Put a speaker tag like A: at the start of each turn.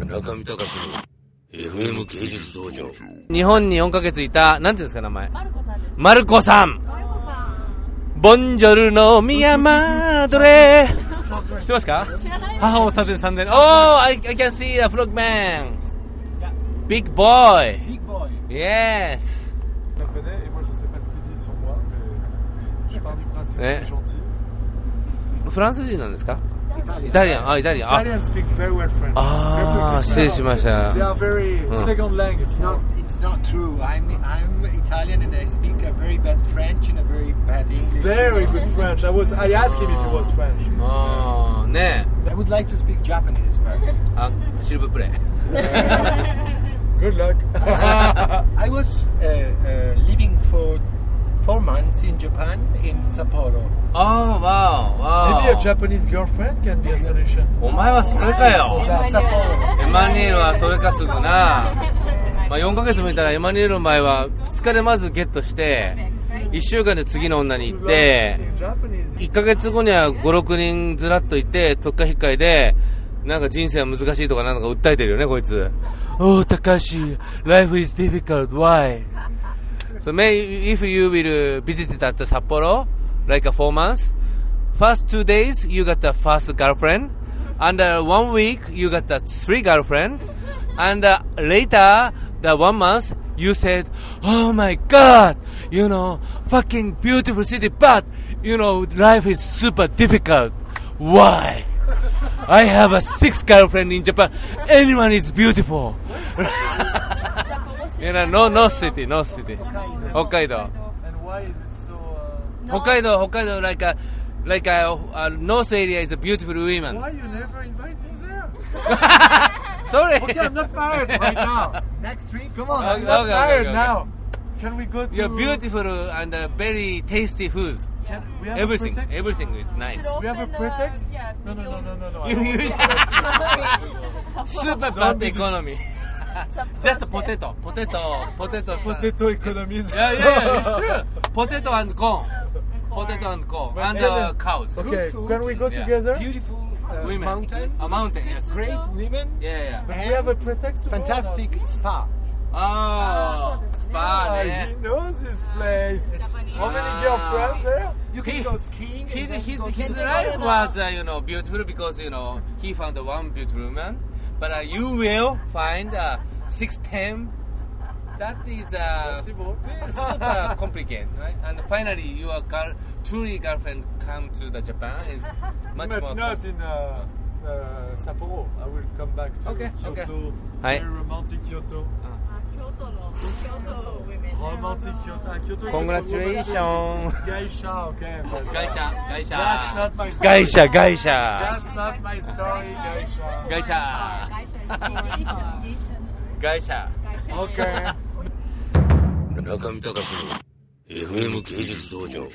A: 村上隆の FM 芸術道場。
B: 日本に4ヶ月いた、なんていうんですか、名前。
C: マルコさんです。
B: マルコさん。
C: マルコさ
B: ボンジョルノミヤマド レ知ってますか
C: ん。知らない。
B: 母をさせ三千。Oh, I, I can see a frog man. Big boy.
D: Big boy.
B: Yes.
D: Je la connais et moi je sais pas ce qu'il dit sur moi, mais je pars du
B: Eh.
D: principe qu'il est gentil.
B: フランス人なんですかイタリアン。あ、イタリアン。あ
D: Italians speak very well French.
B: あー、失礼しまし
D: They
B: た。
D: are very
B: Hmm.
D: second language.
E: It's not. It's not true. I'm I'm Italian and I speak a very bad French and a very bad English.
D: Very good French. I was. I asked him if he was French.
B: Ah. あー、ねえ。
E: I would like to speak Japanese, but
B: あ、シルブプレイ。
D: Good luck.
E: I was uh, uh, living for four months in Japan in Sapporo.
B: あー、わー、
D: Maybe a
B: わー。
D: Japanese girlfriend can be a solution.
B: お前はそれかよ。
E: Sapporo.
B: エマニュエルはそれかすぐな、まあ、4ヶ月もいたらエマニュエルの場合は2日でまずゲットして1週間で次の女に行って
D: Japanese.
B: 1ヶ月後には56人ずらっといて特化引っかいでなんか人生は難しいとかなんか訴えてるよねこいつ Oh 高橋 Life is difficult why? So may if you will uh, visit at Sapporo like a four months First two days you got the first girlfriend, and uh, one week you got the three girlfriend, and uh, later the one month you said, "Oh my God, you know, fucking beautiful city, but you know life is super difficult. Why? I have a six girlfriend in Japan. Anyone is beautiful. you know, no, no city, no city. Hokkaido.
D: And why is it so? Uh,
B: 北海道、北海道、like a, like a, a north area is a beautiful woman.
D: why you never invite me there?
B: Sorry.
D: Okay, I'm not married right now.
E: Next week,
D: Come on,
B: Okay,
D: I'm not
B: okay,
D: married
B: okay, okay.
D: now. Can we go to?
B: You're beautiful and uh, very tasty food.
D: Can, we have a
B: Everything,
D: pretext?
B: everything is nice.
C: Should all-
D: We have a
C: Open, uh,
D: pretext?
C: yeah,
D: no, no, no,
C: video.
D: no, no, no. I
B: You
D: don't-
B: use super bad economy. Just potato, potato, potato.
D: Potato economies.
B: Yeah, yeah, yeah, it's true. Potato and corn. Potato and corn. And uh, cows.
D: Okay,
E: Good food.
D: can we go
B: Yeah.
D: together?
E: beautiful uh,
B: Women.
E: mountain,
B: A mountain, yes.
E: great women,
B: Yeah, yeah.
D: But we have a
E: and
D: pretext to go or not?
E: fantastic spa.
B: Oh,
C: so this-
B: spa,
D: Ah,
B: yeah.
D: he knows this place. How
B: Ah.
D: many girlfriends there?
E: You can
B: He-
E: go skiing.
B: his,
E: and then
B: his,
E: go to
B: his
E: the-
B: life was uh, you know beautiful because you know he found one beautiful woman but uh, you will find uh, six ten that is uh,
D: Possible.
B: super complicated right and finally your girl, truly girlfriend come to the japan is much more
D: But not in uh, uh, Sapporo. I will come back to
B: Okay, okay.
D: Kyoto.
B: Hi.
D: Very romantic Kyoto.
C: 京都の京都の
D: Romantic Kyoto. Ah, Kyoto is-
B: congratulations
D: Geisha, okay. But, uh,
B: gaisha gaisha
D: That's not
B: gaisha gaisha
D: my story. That's not my story, Geisha.
B: gaisha
C: 会
B: gaisha
C: 社に。
D: Okay.
A: 村上隆の FM 芸術道場。